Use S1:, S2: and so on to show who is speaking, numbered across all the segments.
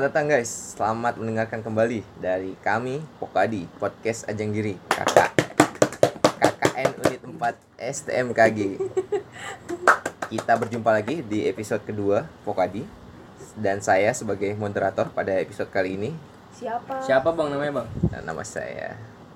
S1: datang guys. Selamat mendengarkan kembali dari kami Pokadi Podcast Ajang Diri KK KKN Unit 4 STMKG. Kita berjumpa lagi di episode kedua Pokadi dan saya sebagai moderator pada episode kali ini.
S2: Siapa?
S3: Siapa bang namanya bang?
S1: Nah, nama saya.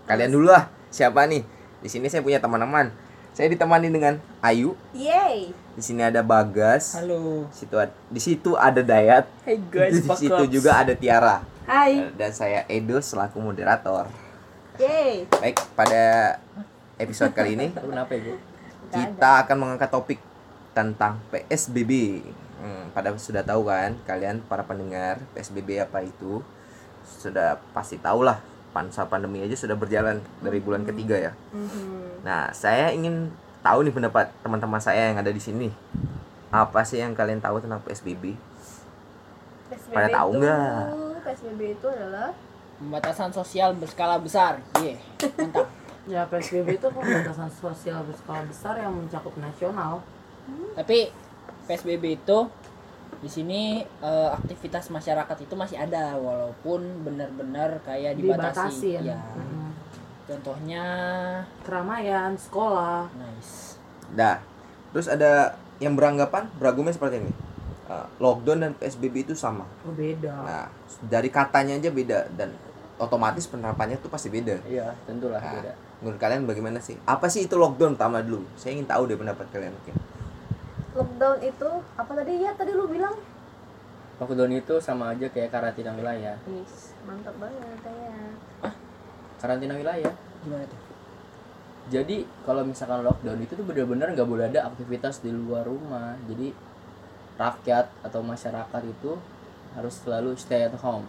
S1: Kalian dulu lah. Siapa nih? Di sini saya punya teman-teman. Saya ditemani dengan Ayu.
S2: Yeay.
S1: Di sini ada Bagas.
S3: Halo.
S1: Di situ ad- di situ ada Dayat.
S3: Hey
S1: Di situ juga ada Tiara.
S2: Hai.
S1: Eh, dan saya Edo selaku moderator. Eh.
S2: Yeay.
S1: Baik, pada episode kali ini
S3: Kenapa ya gue?
S1: kita akan mengangkat topik tentang PSBB. Hmm, pada sudah tahu kan kalian para pendengar PSBB apa itu? Sudah pasti tahu lah. Pansa pandemi aja sudah berjalan dari bulan ketiga ya.
S4: Mm-hmm.
S1: Nah, saya ingin tahu nih pendapat teman-teman saya yang ada di sini. Apa sih yang kalian tahu tentang PSBB?
S2: PSBB
S1: Pada tahu
S2: itu-
S1: nggak?
S2: PSBB itu adalah
S5: Pembatasan sosial berskala besar. Ye, mantap.
S4: Ya PSBB itu pembatasan sosial berskala besar yang mencakup nasional.
S5: Tapi PSBB itu di sini eh, aktivitas masyarakat itu masih ada walaupun benar-benar kayak dibatasi.
S4: Dibatasi ya.
S5: Ya,
S4: Mm.
S5: Contohnya
S4: Keramaian, sekolah.
S5: nice.
S1: Nah, terus ada yang beranggapan beragumnya seperti ini. Eh, lockdown dan PSBB itu sama.
S4: Oh, beda.
S1: Nah, dari katanya aja beda dan otomatis penerapannya tuh pasti beda.
S3: Iya, tentulah
S1: Ah.
S3: beda.
S1: Menurut kalian bagaimana sih? Apa sih itu lockdown pertama dulu? Saya ingin tahu deh pendapat kalian mungkin.
S2: lockdown itu apa tadi ya tadi lu bilang?
S3: Lockdown itu sama aja kayak karantina wilayah.
S2: Yes, mantap banget ya.
S3: Karantina wilayah.
S5: Gimana tuh?
S3: Jadi kalau misalkan lockdown itu tuh bener-bener nggak boleh ada aktivitas di luar rumah. Jadi rakyat atau masyarakat itu harus selalu stay at home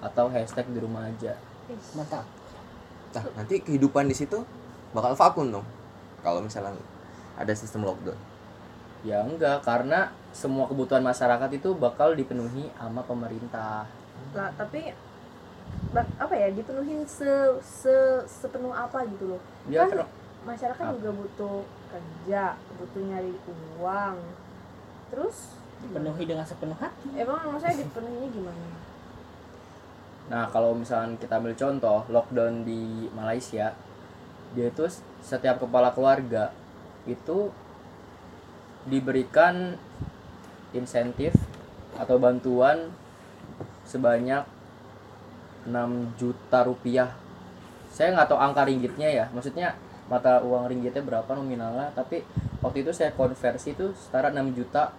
S3: atau hashtag di rumah aja.
S2: Yes.
S5: Mantap.
S1: Nah, nanti kehidupan di situ bakal vakum dong. Kalau misalnya ada sistem lockdown.
S3: Ya enggak, karena semua kebutuhan masyarakat itu bakal dipenuhi sama pemerintah.
S2: Lah, tapi bak- apa ya dipenuhin se, se sepenuh apa gitu loh
S3: Dia
S2: Kan-
S3: ter-
S2: masyarakat
S3: Apa?
S2: juga butuh kerja butuh nyari uang terus
S5: Penuhi dengan sepenuh hati.
S2: emang maksudnya dipenuhinya gimana
S3: Nah, kalau misalkan kita ambil contoh lockdown di Malaysia, dia itu s- setiap kepala keluarga itu diberikan insentif atau bantuan sebanyak 6 juta rupiah. Saya nggak tahu angka ringgitnya ya, maksudnya mata uang ringgitnya berapa nominalnya, tapi waktu itu saya konversi itu setara 6 juta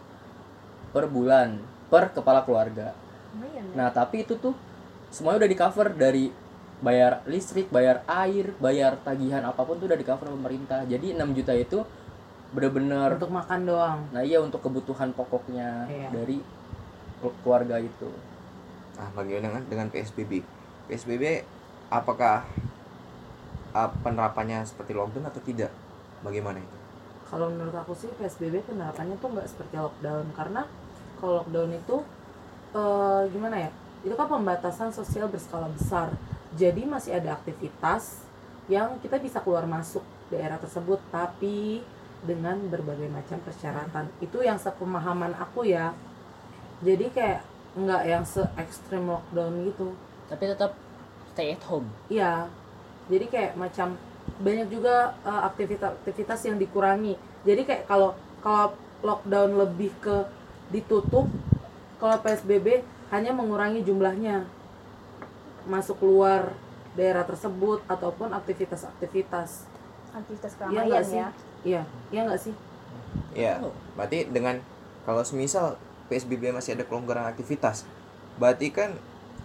S3: per bulan per kepala keluarga.
S2: lumayan ya
S3: Nah tapi itu tuh semuanya udah di cover dari bayar listrik, bayar air, bayar tagihan apapun tuh udah di cover pemerintah. Jadi 6 juta itu bener-bener
S4: Untuk makan doang.
S3: nah iya untuk kebutuhan pokoknya
S4: Iya.
S3: dari keluarga itu.
S1: Nah, bagaimana dengan, dengan PSBB? PSBB apakah uh, penerapannya seperti lockdown atau tidak? Bagaimana itu?
S4: Kalau menurut aku sih PSBB penerapannya tuh nggak seperti lockdown karena kalau lockdown itu eh, gimana ya? Itu kan pembatasan sosial berskala besar. Jadi masih ada aktivitas yang kita bisa keluar masuk daerah tersebut tapi dengan berbagai macam persyaratan. Itu yang sepemahaman aku ya. Jadi kayak nggak yang se ekstrim lockdown gitu.
S5: Tapi tetap stay at home.
S4: Iya. Jadi kayak macam banyak juga uh, aktivitas-aktivitas yang dikurangi. Jadi kayak kalau kalau lockdown lebih ke ditutup, kalau PSBB hanya mengurangi jumlahnya. Masuk keluar daerah tersebut ataupun aktivitas-aktivitas.
S2: aktivitas
S4: Iya
S2: keramaian
S4: nggak
S2: ya
S4: sih? Iya, iya nggak sih?
S3: Ya.
S1: Iya.
S5: Oh.
S1: Berarti dengan kalau semisal PSBB masih ada kelonggaran aktivitas, berarti kan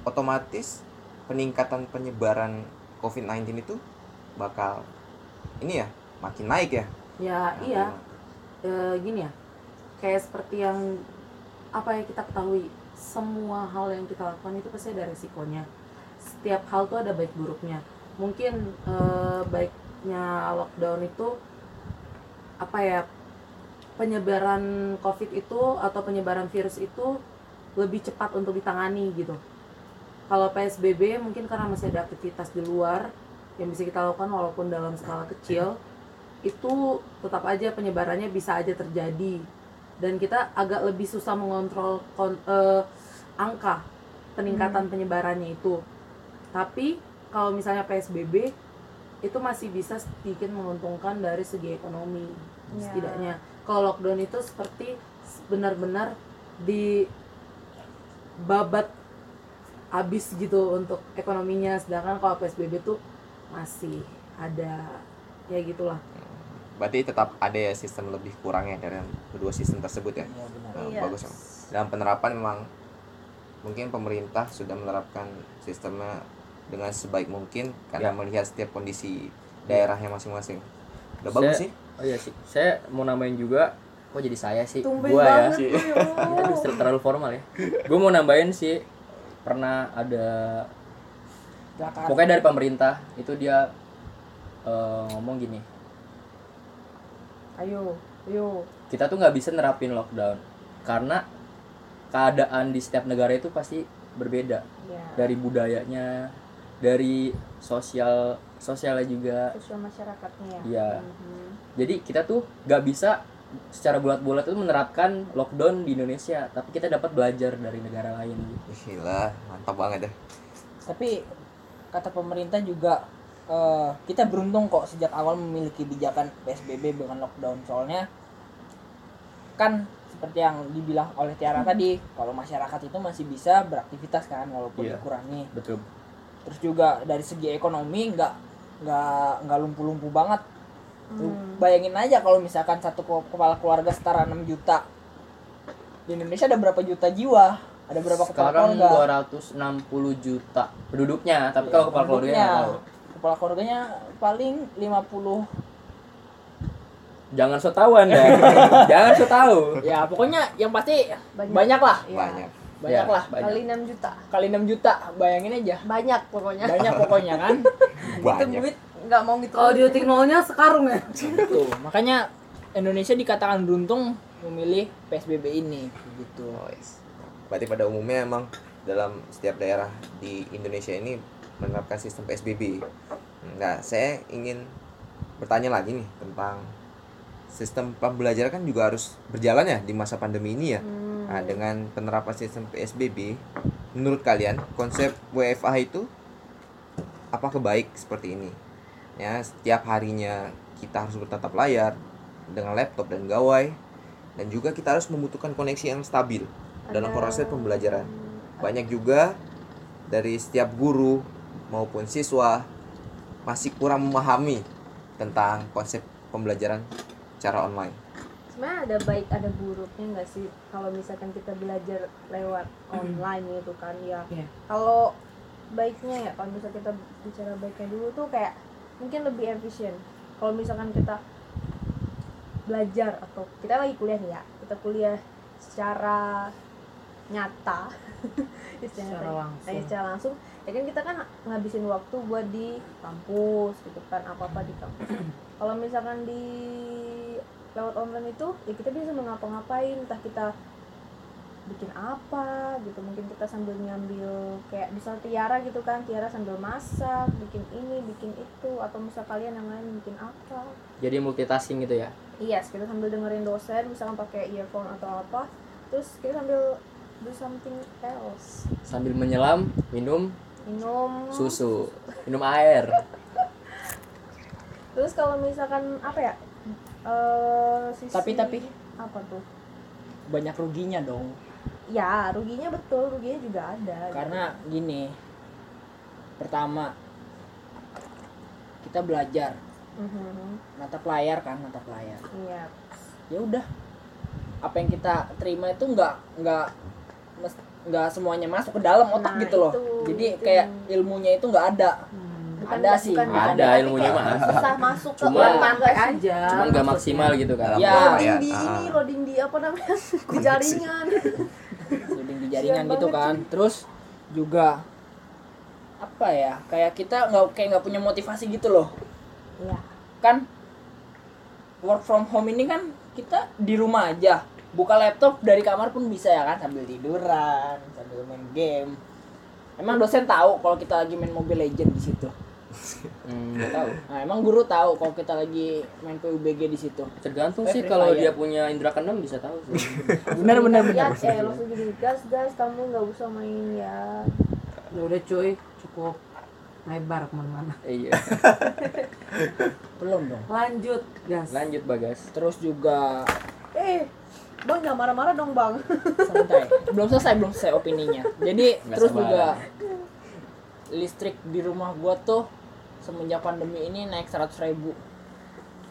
S1: otomatis peningkatan penyebaran COVID-19 itu bakal ini ya makin naik ya.
S4: Ya, iya. E, gini ya. Kayak seperti yang apa yang kita ketahui, semua hal yang kita lakukan itu pasti ada resikonya. Setiap hal tuh ada baik buruknya. Mungkin e, baiknya lockdown itu apa ya? Penyebaran COVID itu atau penyebaran virus itu lebih cepat untuk ditangani gitu. Kalau PSBB mungkin karena masih ada aktivitas di luar yang bisa kita lakukan walaupun dalam skala kecil itu tetap aja penyebarannya bisa aja terjadi dan kita agak lebih susah mengontrol kon- eh, angka peningkatan penyebarannya itu. Tapi kalau misalnya PSBB itu masih bisa sedikit menguntungkan dari segi ekonomi
S2: Iya.
S4: setidaknya. Kalau lockdown itu seperti benar-benar di babat habis gitu untuk ekonominya sedangkan kalau PSBB tuh masih ada ya gitulah.
S1: Berarti tetap ada ya sistem lebih kurangnya dari kedua sistem tersebut ya.
S5: Iya benar.
S1: Nah,
S2: Iya.
S1: Bagus. Dalam penerapan memang mungkin pemerintah sudah menerapkan sistemnya dengan sebaik mungkin karena
S3: Ya.
S1: melihat setiap kondisi daerahnya masing-masing. Udah bagus
S3: Saya-
S1: sih.
S3: Oh iya sih. Saya mau namain juga. Kok jadi saya sih?
S2: Tumben
S3: gua ya.
S2: banget
S1: Ci.
S2: tuh, ya Allah.
S3: Aduh, ter- terlalu formal ya. Gue mau nambahin sih pernah ada
S5: Kecelakaan.
S3: pokoknya dari pemerintah itu dia eh, ngomong gini.
S2: Ayo, ayo.
S3: Kita tuh nggak bisa nerapin lockdown karena keadaan di setiap negara itu pasti berbeda
S2: Ya,
S3: dari budayanya, dari sosial sosialnya juga.
S2: sosial masyarakatnya.
S3: Iya.
S2: Mhm.
S3: Jadi kita tuh nggak bisa secara bulat-bulat itu menerapkan lockdown di Indonesia, tapi kita dapat belajar dari negara lain. gitu.
S1: Ih, Gila, mantap banget ya. dah.
S5: Tapi kata pemerintah juga eh, kita beruntung kok sejak awal memiliki kebijakan PSBB bukan lockdown soalnya kan seperti yang dibilang oleh Tiara
S3: Hmm.
S5: tadi kalau masyarakat itu masih bisa beraktivitas kan walaupun
S3: Iya.
S5: dikurangi
S3: Betul.
S5: terus juga dari segi ekonomi nggak nggak nggak lumpuh-lumpuh banget Lu
S2: Hmm.
S5: bayangin aja kalau misalkan satu ke- kepala keluarga setara 6 juta di Indonesia ada berapa juta jiwa ada berapa kepala
S3: Sekarang
S5: keluarga
S3: 260 juta penduduknya, tapi kalau kepala keluarganya
S5: Penduduknya.
S3: nggak tahu.
S5: kepala keluarganya paling 50
S3: Jangan so tahu Anda. Jangan so tahu.
S5: ya pokoknya yang pasti banyak, lah
S2: Iya.
S1: Banyak.
S5: banyak
S3: Ya,
S5: lah
S2: Kali 6 juta.
S5: kali 6 juta bayangin aja
S2: Banyak pokoknya.
S5: banyak pokoknya kan
S2: Itu
S1: Banyak.
S2: duit nggak mau gitu.
S4: Kalau diutik nolnya sekarung ya.
S5: tuh makanya Indonesia dikatakan beruntung memilih PSBB ini gitu
S1: Noise. Berarti pada umumnya emang dalam setiap daerah di Indonesia ini menerapkan sistem PSBB. Nah, saya ingin bertanya lagi nih tentang sistem pembelajaran kan juga harus berjalan ya di masa pandemi ini ya.
S2: Hmm.
S1: Nah, dengan penerapan sistem PSBB, menurut kalian konsep WFA itu apakah baik seperti ini? Ya, setiap harinya kita harus bertatap layar dengan laptop dan gawai dan juga kita harus membutuhkan koneksi yang stabil dalam
S2: Ada-
S1: proses pembelajaran. Banyak juga dari setiap guru maupun siswa masih kurang memahami tentang konsep pembelajaran secara online.
S2: sebenarnya ada baik ada buruknya nggak sih kalau misalkan kita belajar lewat online gitu kan ya
S4: Iya.
S2: kalau baiknya ya kalau misalkan kita bicara baiknya dulu tuh kayak mungkin lebih efisien kalau misalkan kita belajar atau kita lagi kuliah nih ya kita kuliah secara nyata Secara nyata.
S4: Secara
S2: Nah,
S4: langsung.
S2: secara langsung ya kan kita kan ngabisin waktu buat di kampus gitu kan apa apa di kampus kalau misalkan di lewat online itu ya kita bisa mengapa-ngapain entah kita bikin apa gitu mungkin kita sambil ngambil kayak misal Tiara gitu kan Tiara sambil masak bikin ini bikin itu atau misal kalian yang lain bikin apa
S3: Jadi multitasking gitu ya.
S2: Yes, kita sambil dengerin dosen, misalkan pakai earphone atau apa, terus kita sambil do something else,
S3: Sambil menyelam, minum
S2: minum.
S3: susu, minum air.
S2: Terus kalau misalkan apa ya? eh sisi-
S5: Tapi- tapi.
S2: apa tuh?
S5: banyak ruginya dong
S2: Ya ruginya betul, ruginya juga ada. gitu.
S5: karena gini pertama kita belajar
S2: Mhm,
S5: natap layar kan natap layar
S2: Iya.
S5: ya udah apa yang kita terima itu nggak nggak mes- nggak semuanya masuk ke dalam otak
S2: Nah,
S5: gitu loh
S2: itu,
S5: jadi
S2: itu. Hmm.
S5: kayak ilmunya itu nggak ada
S2: nggak-
S5: ada sih.
S2: nggak
S3: Ada
S2: tapi
S3: ilmunya
S2: kayak
S3: mah.
S2: Susah masuk ke
S3: Cuma-
S2: otak
S4: Sampai
S2: nggak sih?
S4: aja.
S3: Cuman nggak maksimal gitu kan.
S1: Dalam
S5: Ya.
S1: penyampaian.
S2: Rodindi ini,
S1: Ah.
S2: rodindi apa namanya? Di jaringan.
S5: dinding di jaringan
S2: Sian
S5: gitu
S2: banget,
S5: kan terus juga apa ya kayak kita nggak kayak nggak punya motivasi gitu loh
S2: Iya.
S5: kan work from home ini kan kita di rumah aja buka laptop dari kamar pun bisa ya kan sambil tiduran sambil main game emang dosen tahu kalau kita lagi main mobile legend di situ
S3: Hmm, nggak tahu.
S5: Nah, emang guru tahu kalau kita lagi main PUBG di situ.
S3: Tergantung
S5: Eh,
S3: sih
S5: free
S3: kalau
S5: fire.
S3: dia punya indra keenam bisa tahu sih.
S5: Benar benar benar.
S2: Ya, eh, langsung jadi gas guys, kamu nggak usah main ya.
S4: Ya udah cuy, cukup lebar kemana-mana.
S3: Eh, iya.
S5: Belum dong.
S4: Lanjut, gas.
S3: Lanjut Bagas.
S5: Terus juga
S2: Eh, bang jangan marah-marah dong bang.
S5: santai. belum selesai, belum selesai opininya. Jadi
S3: Nggak
S5: terus
S3: sabar.
S5: juga listrik di rumah gua tuh semenjak pandemi ini naik 100.000 ribu.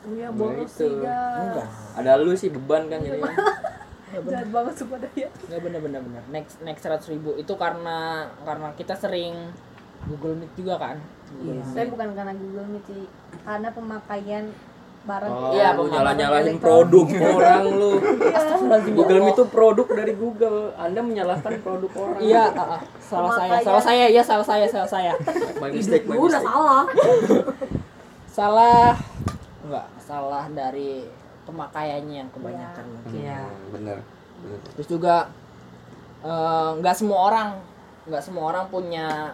S2: Iya
S3: Nah,
S2: bolos
S3: itu.
S2: sih guys.
S3: Ada lu sih beban kan jadi.
S5: Ya Iya, benar.
S2: Jahat banget sumpah dia.
S5: Nggak bener bener bener. Naik naik seratus ribu itu karena karena kita sering Google Meet juga kan. Google
S4: Iya.
S5: Meet.
S2: Saya bukan karena Google Meet sih, karena pemakaian barang.
S3: Oh,
S5: Iya,
S3: lu
S5: pemahaman
S3: nyalah-nyalahin
S2: elektronik.
S3: produk orang lu.
S5: Astagfirullahaladzim,
S3: Google
S5: ya
S3: Meet
S5: Allah.
S3: itu produk dari Google. Anda menyalahkan produk orang.
S5: Iya, ah, ah. salah saya,
S2: Pemakaian.
S5: salah saya, iya salah saya, salah saya.
S3: My
S4: Hidup
S3: mistake, my
S4: gue udah
S3: mistake.
S4: salah.
S5: salah enggak salah dari pemakaiannya yang kebanyakan mungkin
S4: Iya.
S1: Hmm, bener. Bener.
S5: terus juga eh, nggak semua orang nggak semua orang punya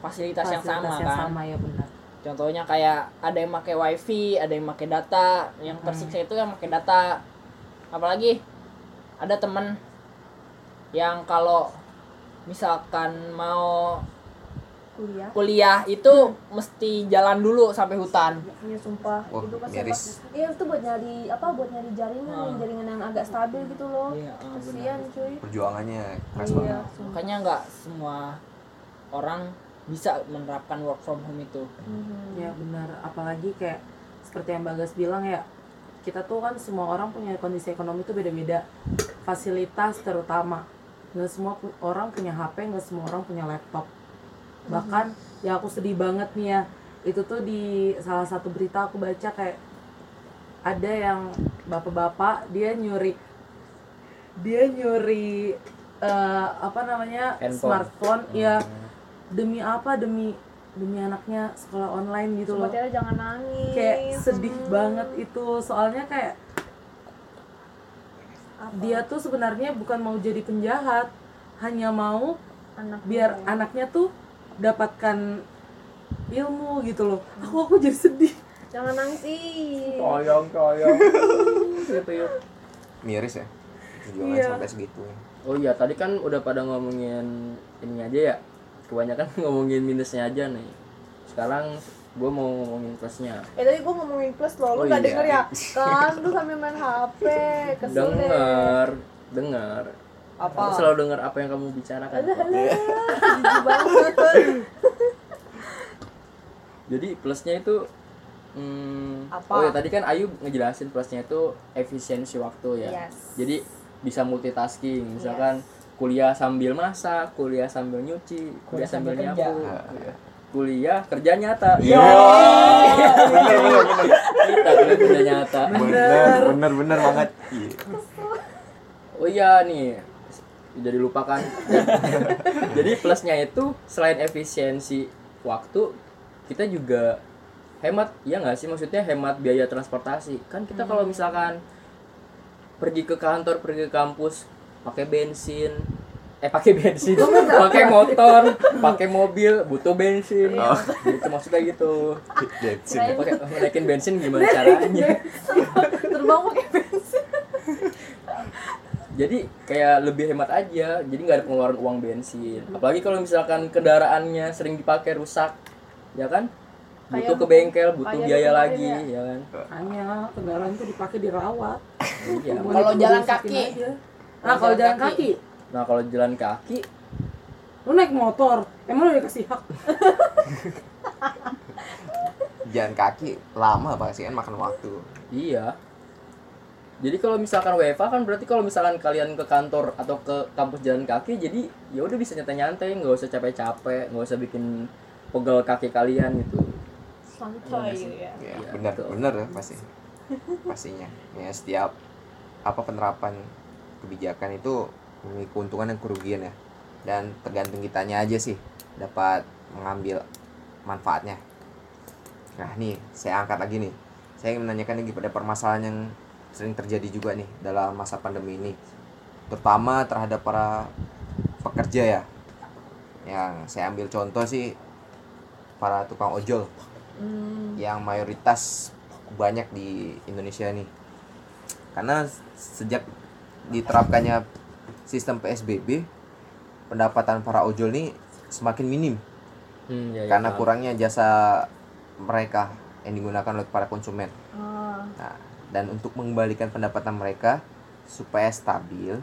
S5: fasilitas, yang sama
S4: Fasilitas
S5: kan
S4: sama ya benar.
S5: contohnya kayak ada yang pakai wifi ada yang pakai data
S4: Hmm.
S5: yang tersiksa itu yang pakai data apalagi ada temen yang kalau misalkan mau
S2: Kuliah.
S5: kuliah itu mesti jalan dulu sampai hutan
S2: Iya sumpah.
S1: Wah,
S2: itu pasti
S1: miris.
S2: apa- Iya itu buat nyari apa buat nyari jaringan,
S5: Hmm.
S2: jaringan yang agak stabil gitu loh.
S4: Oh,
S5: Iya, ah, benar.
S2: Kasihan cuy.
S1: Perjuangannya keras
S2: Iya.
S1: banget.
S2: sumpah.
S5: makanya nggak semua orang bisa menerapkan work from home itu
S2: Mhm.
S4: Ya benar. Apalagi kayak seperti yang Bagas bilang ya, kita tuh kan semua orang punya kondisi ekonomi tuh beda-beda. Fasilitas terutama. Nggak semua pu- orang punya HP, nggak semua orang punya laptop. Bahkan ya aku sedih banget nih ya. Itu tuh di salah satu berita aku baca kayak ada yang bapak-bapak dia nyuri dia nyuri eh, apa namanya
S3: Handphone.
S4: smartphone ya demi apa demi demi anaknya sekolah online gitu
S2: Sumpah
S4: loh
S2: Tiara jangan nangis.
S4: kayak sedih
S2: Mhm.
S4: banget itu soalnya kayak
S2: Apa?
S4: dia tuh sebenarnya bukan mau jadi penjahat hanya mau
S2: anak
S4: biar
S2: dia.
S4: anaknya tuh dapatkan ilmu gitu loh aku aku jadi sedih
S2: jangan nangis ih.
S3: Sayang, sayang. gitu ya.
S1: Miris ya. Perjuangannya
S4: Iya.
S1: sampai segitu.
S3: Oh iya, tadi kan udah pada ngomongin ini aja ya. Kebanyakan ngomongin minusnya aja nih. Sekarang gue mau ngomongin plusnya.
S2: Eh tadi gue ngomongin plus loh,
S3: Oh,
S2: lu gak
S3: iya.
S2: denger ya? Kan lu sambil main HP, kesel deh.
S3: Dengar, dengar.
S2: Apa?
S3: Aku selalu dengar apa yang kamu bicarakan. kok.
S2: Jijik banget.
S3: Jadi plusnya itu hmm,
S2: Apa?
S3: Oh ya tadi kan Ayu ngejelasin plusnya itu efisiensi waktu ya.
S2: Yes.
S3: Jadi bisa multitasking, misalkan kuliah sambil masak, kuliah sambil nyuci, kuliah,
S5: Kuliah sambil kerja.
S3: sambil nyapu, kuliah kerja nyata.
S1: Iya. Bener bener bener.
S3: Kita kuliah kerja nyata.
S1: Bener bener bener banget. Iya.
S3: Oh iya nih jadi lupakan. jadi plusnya itu selain efisiensi waktu, kita juga hemat, ya nggak sih? Maksudnya hemat biaya transportasi. Kan kita kalau misalkan pergi ke kantor, pergi ke kampus, pakai bensin, eh pakai bensin, pakai motor, pakai mobil, butuh bensin. Itu maksudnya gitu.
S1: Bensin.
S3: Pakai naikin bensin gimana caranya?
S4: terbang pakai
S3: jadi kayak lebih hemat aja jadi nggak ada pengeluaran uang bensin apalagi kalau misalkan kendaraannya sering dipakai rusak ya kan butuh
S2: Kayak-
S3: ke bengkel butuh
S2: kayak
S3: biaya
S2: kemarin
S3: lagi ya, kan
S4: hanya kendaraan tuh dipakai dirawat
S3: Iya.
S5: Kalau jalan
S4: Dirusakin
S5: kaki.
S4: aja. nah kalau jalan kaki
S3: nah kalau jalan kaki
S4: lu naik motor emang lu dikasih hak
S1: Jalan kaki lama pasti kan makan waktu.
S3: iya jadi kalau misalkan WFA kan berarti kalau misalkan kalian ke kantor atau ke kampus jalan kaki jadi ya udah bisa nyantai-nyantai nggak usah capek-capek nggak usah bikin pegel kaki kalian gitu
S2: Santai gitu ya.
S1: Ya,
S3: Iya,
S1: bener
S3: betul.
S1: bener ya pasti. Pastinya. Ya setiap apa penerapan kebijakan itu memiliki keuntungan dan kerugian ya. Dan tergantung kitanya aja sih dapat mengambil manfaatnya. Nah nih saya angkat lagi nih. Saya ingin menanyakan lagi pada permasalahan yang sering terjadi juga nih dalam masa pandemi ini, terutama terhadap para pekerja ya. Yang saya ambil contoh sih para tukang ojol
S2: Hmm,
S1: yang mayoritas banyak di Indonesia nih. Karena sejak diterapkannya sistem PSBB, pendapatan para ojol nih semakin minim
S3: Hmm, ya, ya,
S1: karena
S3: paham.
S1: kurangnya jasa mereka yang digunakan oleh para konsumen.
S2: ah,
S1: Dan untuk mengembalikan pendapatan mereka supaya stabil,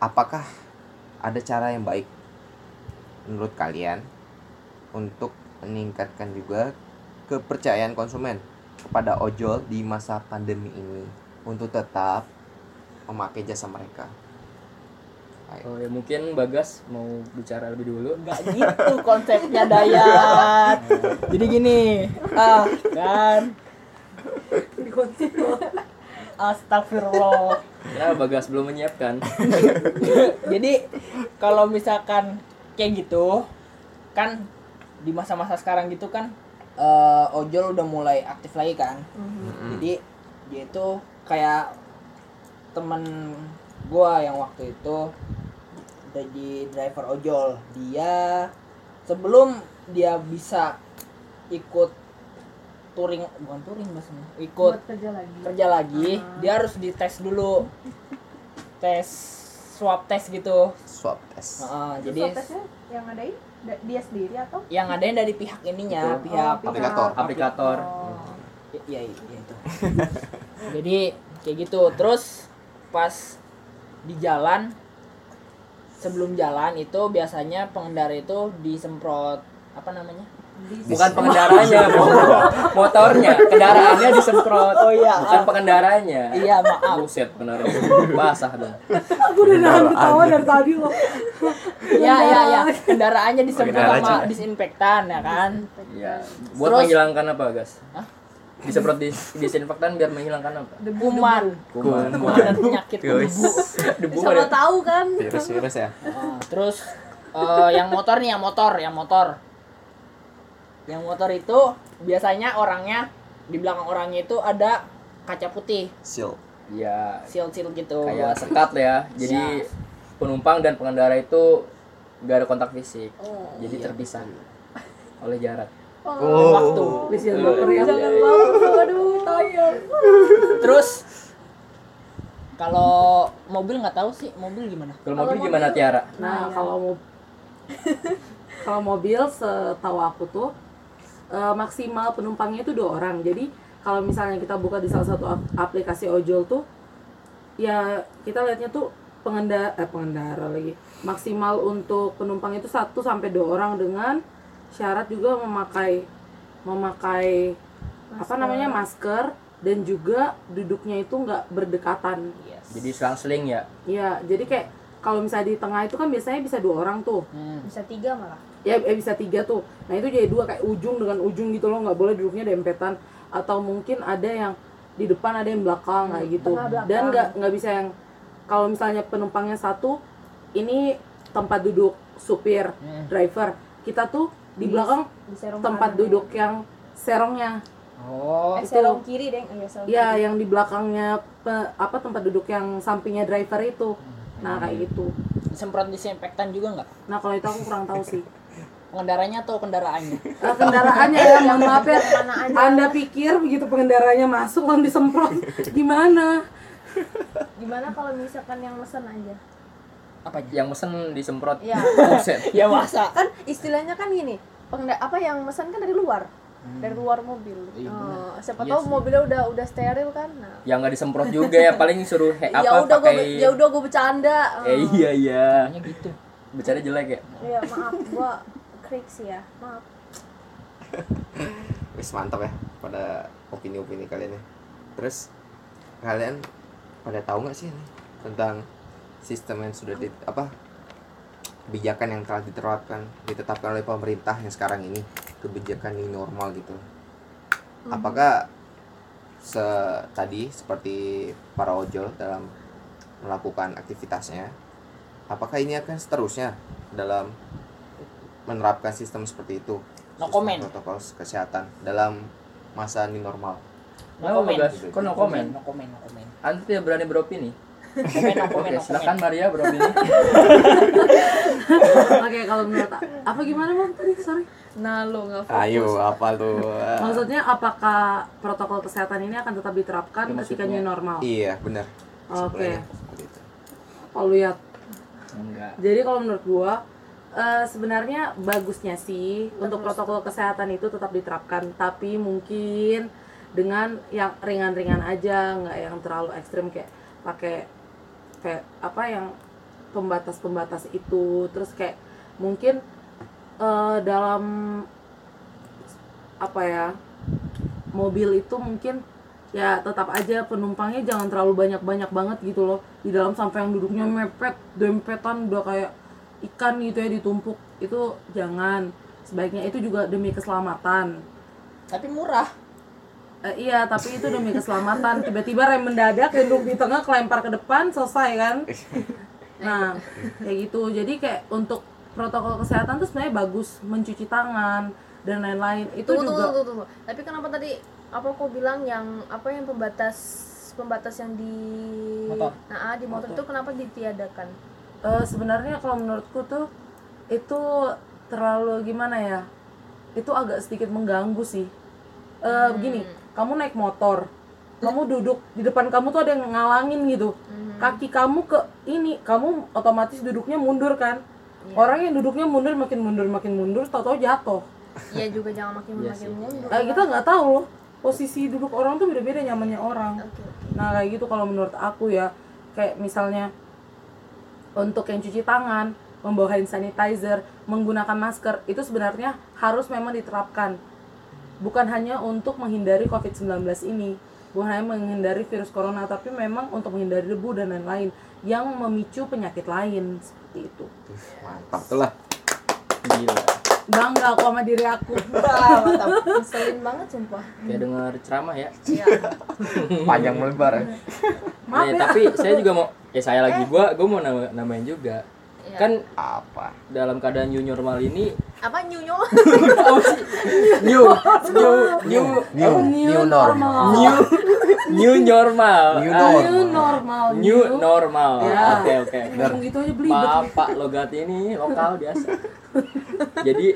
S1: apakah ada cara yang baik menurut kalian untuk meningkatkan juga kepercayaan konsumen kepada ojol di masa pandemi ini untuk tetap memakai jasa mereka?
S3: Oh, ya mungkin Bagas mau bicara lebih dulu.
S5: Enggak gitu konsepnya Dayat. Jadi gini, ah kan astagfirullah.
S3: Ya Bagas belum menyiapkan.
S5: Jadi kalau misalkan kayak gitu kan di masa-masa sekarang gitu kan eh, ojol udah mulai aktif lagi kan.
S2: mhm.
S5: Jadi dia itu kayak temen gua yang waktu itu jadi driver ojol. Dia sebelum dia bisa ikut touring bukan touring maksudnya ikut
S2: buat kerja lagi.
S5: kerja lagi
S2: Ah.
S5: dia harus dites dulu tes swab test gitu
S1: Swab test.
S5: Heeh,
S2: Terus
S5: jadi
S2: swab testnya yang ngadain da- dia sendiri atau
S5: yang adain dari pihak ininya
S3: Betul.
S5: pihak
S2: pihak-
S1: Aplikator.
S3: Aplikator.
S2: Oh.
S5: I- iya i- iya itu jadi kayak gitu terus pas di jalan sebelum jalan itu biasanya pengendara itu disemprot apa namanya
S2: Di-
S3: Bukan pengendaranya, mo- motornya, kendaraannya disemprot.
S5: oh iya
S3: Bukan pengendaranya.
S5: iya maaf
S3: Buset benar. Basah dong.
S4: Aku udah nahan ketawa dari tadi loh.
S5: ya ya ya kendaraannya disemprot
S1: Pengendara
S5: sama
S1: aja.
S5: disinfektan ya kan
S3: Ya, buat
S5: Terus-
S3: menghilangkan apa, Gas?
S5: Hah?
S3: Disemprot di disinfektan biar menghilangkan apa?
S2: Debu-
S5: kuman
S3: Kuman.
S5: kuman dan penyakit kubu
S3: Debu ya.
S2: debu.
S3: ada.
S2: Siapa tahu kan?
S1: Virus-virus ya.
S5: Nah, terus eh, yang motor nih, yang motor, yang motor. Yang motor itu biasanya orangnya di belakang orangnya itu ada kaca putih,
S1: Seal.
S3: Ya,
S5: shield-shield gitu. buat-
S3: kayak sekat lah ya. Jadi
S5: Ya.
S3: penumpang dan pengendara itu gak ada kontak fisik.
S2: Oh.
S3: Jadi
S5: Iya,
S3: terpisah oleh jarak.
S1: Oh.
S5: waktu.
S4: Bisa
S3: Eh,
S4: baper ya.
S2: Jangan mau, aduh, tayang.
S5: Terus kalau mobil nggak tahu sih, mobil gimana?
S3: Kalau
S2: Kalau
S3: mobil gimana
S2: mobil-
S3: Tiara?
S4: Nah,
S2: Nah,
S4: kalau mau kalau mobil setahu aku tuh eh, maksimal penumpangnya itu dua orang. Jadi kalau misalnya kita buka di salah satu ap- aplikasi ojol tuh ya kita lihatnya tuh pengendara eh, pengendara lagi maksimal untuk penumpang itu satu sampai dua orang dengan syarat juga memakai memakai apa namanya masker dan juga duduknya itu nggak berdekatan
S5: Yes.
S3: Jadi selang-seling ya.
S4: ya jadi kayak kalau misalnya di tengah itu kan biasanya bisa dua orang tuh
S5: Hmm.
S2: Bisa tiga malah.
S4: ya eh, bisa tiga tuh nah itu jadi dua kayak ujung dengan ujung gitu loh nggak boleh duduknya dempetan atau mungkin ada yang di depan ada yang belakang kayak gitu
S2: tengah belakang.
S4: dan nggak nggak bisa yang kalau misalnya penumpangnya satu ini tempat duduk supir
S5: Hmm.
S4: driver kita tuh di
S2: Di
S4: belakang
S2: Di serong
S4: tempat
S2: kanan.
S4: duduk yang serongnya
S5: Oh,
S2: Eh,
S4: itu.
S2: serong kiri, Deng. Eh, serong
S4: ya
S2: kiri.
S4: yang di belakangnya pe- apa tempat duduk yang sampingnya driver itu nah kayak gitu
S5: semprot disinfektan juga nggak?
S4: nah kalau itu aku kurang tahu sih
S5: Pengendaranya atau kendaraannya?
S4: Nah, kendaraannya ya mohon maaf ya
S2: Mana aja.
S4: Anda pikir begitu pengendaranya masuk langsung disemprot gimana?
S2: Gimana kalau misalkan yang mesen aja?
S5: Apa aja?
S3: Yang mesen disemprot.
S2: Ya.
S3: Buset.
S5: Ya masa.
S2: kan istilahnya kan gini. Pengda apa yang mesen kan dari luar, dari luar mobil.
S5: Iya,
S2: Eh, siapa
S3: Hmm. Iya
S2: tahu
S3: sih.
S2: mobilnya udah udah steril kan. Nah,
S3: Yang nggak disemprot juga ya paling suruh he,
S2: ya
S3: apa
S2: udah gue
S3: pakai.
S2: ya udah gue bercanda
S3: Eh, iya iya.
S5: Hanya gitu.
S3: Bicara jelek ya.
S2: ya maaf gue krik sih ya maaf
S1: wis mantap ya pada opini-opini kalian ya terus kalian pada tahu nggak sih ini tentang sistem yang sudah di apa kebijakan yang telah diterapkan ditetapkan oleh pemerintah yang sekarang ini kebijakan ini normal gitu
S5: Mhm.
S1: apakah se tadi seperti para ojol dalam melakukan aktivitasnya apakah ini akan seterusnya dalam menerapkan sistem seperti itu
S5: No
S1: Sistem
S5: comment.
S1: protokol kesehatan dalam masa ini normal
S5: No comment.
S3: Bagas? Kok no comment?
S5: No comment, no comment.
S3: Anda tidak berani beropini.
S5: Komen, no comment, no
S3: Oke, silakan Maria beropini.
S4: Oke kalau menurut apa gimana bang tadi sorry?
S2: Nah lo nggak fokus.
S3: Ah,
S1: Ayo apa tuh?
S4: Maksudnya apakah protokol kesehatan ini akan tetap diterapkan
S3: Ya,
S4: ketika
S3: maksudnya-
S4: new normal?
S1: iya benar.
S4: Oke.
S1: Sebenarnya seperti itu.
S4: Kalau lihat
S3: Enggak.
S4: Jadi kalau menurut gua eh, sebenarnya bagusnya sih untuk protokol kesehatan itu tetap diterapkan, tapi mungkin dengan yang ringan-ringan aja, nggak yang terlalu ekstrim kayak pakai kayak apa yang pembatas-pembatas itu, terus kayak mungkin eh, dalam apa ya mobil itu mungkin ya tetap aja penumpangnya jangan terlalu banyak-banyak banget gitu loh di dalam sampai yang duduknya mepet dempetan udah kayak ikan gitu ya ditumpuk itu jangan sebaiknya itu juga demi keselamatan
S5: Tapi murah.
S4: Eh, iya tapi itu demi keselamatan tiba-tiba rem mendadak duduk di tengah kelempar ke depan selesai kan nah kayak gitu jadi kayak untuk protokol kesehatan tuh sebenarnya bagus mencuci tangan dan lain-lain itu
S2: tunggu,
S4: juga
S2: tunggu, tunggu, tunggu. Tapi kenapa tadi apa aku bilang yang apa yang pembatas pembatas yang di
S5: Motor.
S2: Nah, ah, di motor, itu kenapa ditiadakan?
S4: Eh, sebenarnya kalau menurutku tuh itu terlalu gimana ya itu agak sedikit mengganggu sih Eh, begini kamu naik motor kamu duduk di depan kamu tuh ada yang ngalangin gitu
S2: Mhm.
S4: kaki kamu ke ini kamu otomatis duduknya mundur kan
S2: Iya.
S4: orang yang duduknya mundur makin mundur makin mundur tahu-tahu jatuh
S2: Iya juga jangan makin
S3: Iya
S2: makin
S3: sih.
S2: mundur.
S4: Eh, kita nggak tahu loh posisi duduk orang tuh beda-beda nyamannya orang
S2: Oke.
S4: Nah kayak gitu kalau menurut aku ya kayak misalnya untuk yang cuci tangan, membawa hand sanitizer, menggunakan masker itu sebenarnya harus memang diterapkan. Bukan hanya untuk menghindari COVID-19 ini, bukan hanya menghindari virus corona, tapi memang untuk menghindari debu dan lain-lain yang memicu penyakit lain seperti itu.
S1: Tuh, Mantap tuh lah.
S3: Gila.
S4: Bangga aku sama diri aku.
S5: Wah, mantap.
S2: Ngeselin banget sumpah.
S3: Kayak denger ceramah ya.
S2: Iya.
S1: Panjang melebar ya.
S4: Maaf ya.
S3: Nih, Eh, tapi saya juga mau ya saya lagi gua gua mau nama- namain juga.
S2: Eh. Iya.
S3: Kan
S1: Apa?
S3: dalam keadaan new normal ini
S2: apa nyunyo?
S3: Apa sih? new new new
S1: New, new normal.
S3: new new normal.
S1: New
S3: Ah,
S4: New normal.
S3: new normal.
S2: Iya.
S4: Ya.
S3: Oke oke.
S4: Ngomong gitu aja belibet.
S3: Maaf Pak logat ini lokal biasa. Jadi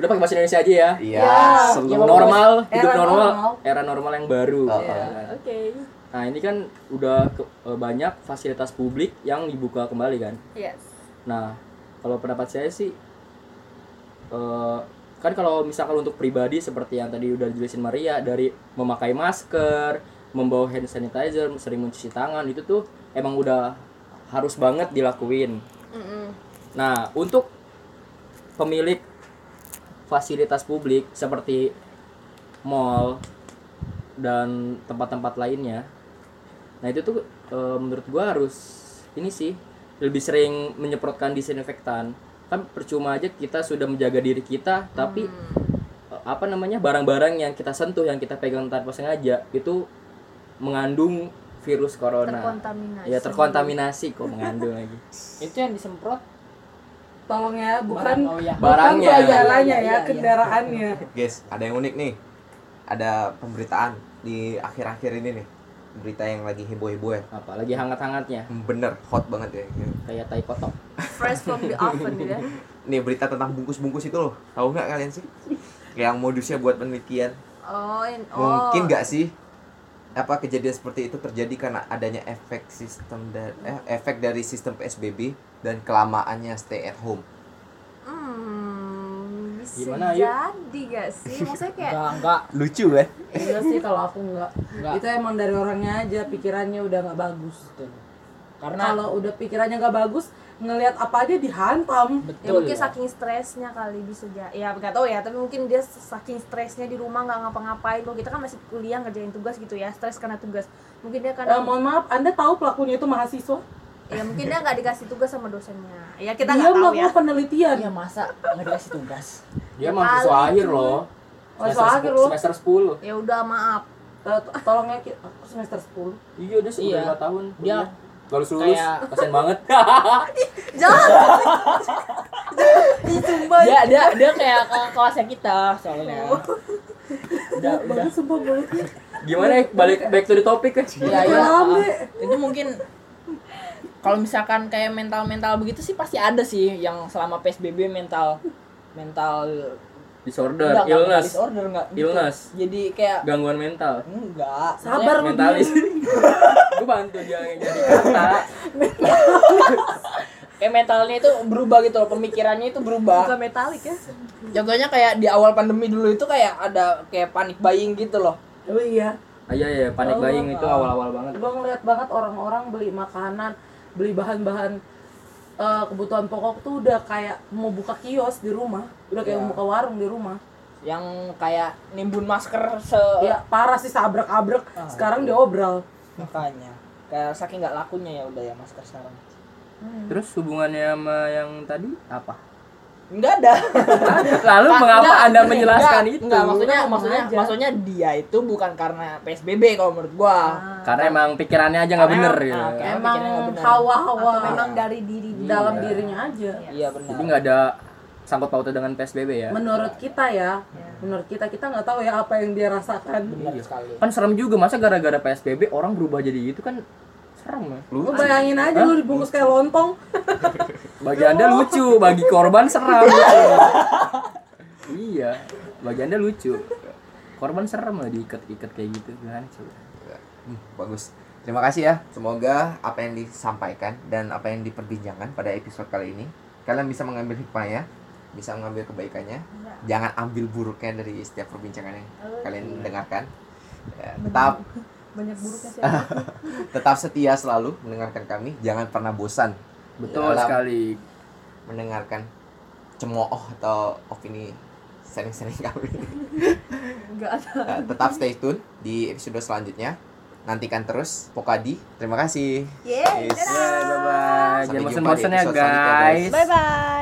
S3: udah pakai bahasa Indonesia aja ya.
S1: Iya.
S3: Sebelum
S1: Seluruh
S3: normal, hidup
S4: era
S3: normal,
S4: normal. Iya.
S3: era normal yang baru.
S1: Oh, oh.
S3: Ya.
S2: Oke.
S3: Nah, ini kan udah ke- eh, banyak fasilitas publik yang dibuka kembali kan.
S2: Yes.
S3: Nah, kalau pendapat saya sih eh, kan kalau misalkan untuk pribadi seperti yang tadi udah dijelasin Maria dari memakai masker, membawa hand sanitizer, sering mencuci tangan itu tuh emang udah harus banget dilakuin.
S2: Mm-mm.
S3: Nah, untuk pemilik fasilitas publik seperti mall dan tempat-tempat lainnya. Nah, itu tuh eh, menurut gua harus ini sih lebih sering menyemprotkan disinfektan. Kan percuma aja kita sudah menjaga diri kita, tapi eh, apa namanya? barang-barang yang kita sentuh, yang kita pegang tanpa sengaja itu mengandung virus corona.
S2: Terkontaminasi.
S3: Ya terkontaminasi kok mengandung lagi.
S5: Itu yang disemprot
S4: Tolong ya, bukan
S5: barang- oh, iya.
S3: barangnya.
S4: bukan
S5: Iya,
S4: bayarannya
S5: iya,
S4: ya,
S5: iya.
S4: kendaraannya.
S1: Guys, ada yang unik nih. Ada pemberitaan di akhir-akhir ini nih. Berita yang lagi heboh-heboh ya.
S3: apa lagi hangat-hangatnya
S1: Bener, hot banget ya.
S3: kayak tai kotok
S4: Fresh from the oven
S2: gitu
S4: ya.
S1: Nih berita tentang bungkus-bungkus itu loh. Tahu nggak kalian sih? Yang modusnya buat penelitian.
S2: Oh, in- oh.
S1: Mungkin nggak sih apa kejadian seperti itu terjadi karena adanya efek sistem dari efek dari sistem PSBB dan kelamaannya stay at home.
S2: Hmm, bisa
S3: Gimana, Ayu?
S2: jadi gak sih? Maksudnya kayak
S5: Enggak, enggak.
S1: Lucu kan?
S4: Iya sih kalau aku enggak.
S5: Enggak.
S4: Itu emang dari orangnya aja pikirannya udah nggak bagus.
S5: Betul. Karena
S4: Kalau udah pikirannya nggak bagus, ngelihat apa aja dihantam.
S5: betul.
S2: ya mungkin saking stresnya kali bisa ja- ya nggak tahu ya tapi mungkin dia saking stresnya di rumah nggak ngapa-ngapain kalau kita kan masih kuliah ngerjain tugas gitu ya stres karena tugas mungkin dia
S4: Eh,
S2: karena
S4: mohon maaf, Anda tahu pelakunya itu mahasiswa?
S2: ya mungkin dia nggak dikasih tugas sama dosennya ya kita
S4: Dia
S2: nggak tahu ya
S4: melakukan penelitian. Eh,
S5: Iya, masa enggak dikasih tugas.
S3: dia
S2: Ya,
S3: mahasiswa
S2: kali,
S3: akhir
S2: cuy.
S3: loh
S4: Mahasiswa
S3: sepu-
S4: akhir loh.
S3: semester
S2: ya udah maaf
S4: Eh, to- tolongnya ki- aku semester 10.
S3: 10 iya dia sudah
S5: Iya.
S3: lima tahun
S5: Dia
S3: kuliah. Gak lulus lulus
S5: kayak-
S3: kasian banget
S2: jangan Oh, iya.
S5: Dia dia dia kayak ke kelasnya kita soalnya. Udah, udah.
S4: Banget sumpah boleh.
S3: gimana ya balik back to the topic ya
S5: Iya, iya.
S4: Rame.
S5: Ah, Itu mungkin kalau misalkan kayak mental-mental begitu sih pasti ada sih yang selama PSBB mental mental Nggak,
S3: disorder,
S5: nggak
S3: illness,
S5: disorder nggak gitu.
S3: illness,
S5: Jadi kayak
S3: gangguan mental,
S5: enggak.
S4: Sabar lu
S3: mentalis. Gue bantu dia jadi kata.
S5: kayak mentalnya itu berubah gitu loh pemikirannya itu berubah
S2: Bukan metalik ya.
S5: contohnya kayak di awal pandemi dulu itu kayak ada kayak panik buying gitu loh
S4: Oh iya,
S3: Ah, iya iya,
S4: Oh,
S3: panik buying itu
S5: ah.
S3: awal-awal banget.
S4: gue ngeliat banget orang-orang beli makanan, beli bahan-bahan eh, kebutuhan pokok tuh udah kayak mau buka kios di rumah, udah kayak
S5: Iya.
S4: mau buka warung di rumah.
S5: yang kayak nimbun masker se
S3: Iya.
S4: Ya parah sih sabrak-abrek.
S5: Ah,
S4: Sekarang diobral.
S5: makanya kayak saking nggak lakunya ya udah ya masker sekarang Hmm.
S3: Terus hubungannya sama yang tadi apa?
S5: nggak ada
S3: Lalu mengapa Anda menjelaskan itu?
S5: Enggak, maksudnya
S4: Ngomong
S5: maksudnya
S4: aja.
S5: maksudnya dia itu bukan karena PSBB kalau menurut gua.
S3: Karena emang pikirannya aja nggak
S5: Karena-
S3: bener
S5: ah,
S3: ya.
S5: oke. Emang
S4: Emang
S5: pikirannya nggak benar.
S4: hawa-hawa
S2: Atau memang dari diri
S3: Iya.
S4: dalam dirinya aja.
S5: Iya benar.
S3: Jadi nggak ada sangkut pautnya dengan PSBB ya.
S4: Menurut kita ya, menurut kita kita nggak tahu ya apa yang dia rasakan.
S5: benar
S3: Iya.
S5: sekali.
S3: Kan serem juga masa gara-gara PSBB orang berubah jadi itu kan serem ya.
S1: Lu
S4: Lu bayangin aja lu dibungkus kayak lontong.
S3: Bagi Anda lucu, bagi korban seram. iya, bagi Anda lucu. Korban serem lah diikat-ikat kayak gitu gimana coba.
S1: Hmm, bagus. Terima kasih ya. Semoga apa yang disampaikan dan apa yang diperbincangkan pada episode kali ini kalian bisa mengambil hikmahnya, bisa mengambil kebaikannya.
S2: Iya,
S1: Jangan ambil buruknya dari setiap perbincangan yang kalian dengarkan. Ya, tetap
S2: Banyak buruknya sih.
S1: tetap setia selalu mendengarkan kami. Jangan pernah bosan
S3: Betul
S1: Dalam-
S3: sekali.
S1: mendengarkan cemooh atau opini sering-sering kami.
S2: Enggak ada.
S1: Ya, tetap stay tune di episode selanjutnya. Nantikan terus Pokadi. Terima kasih.
S2: Yeay,
S1: Yes.
S2: dadah.
S3: Bye bye. Jangan
S1: Sampai jumpa di
S3: bosan-bosan ya
S1: episode selanjutnya, guys.
S3: guys.
S2: Bye bye.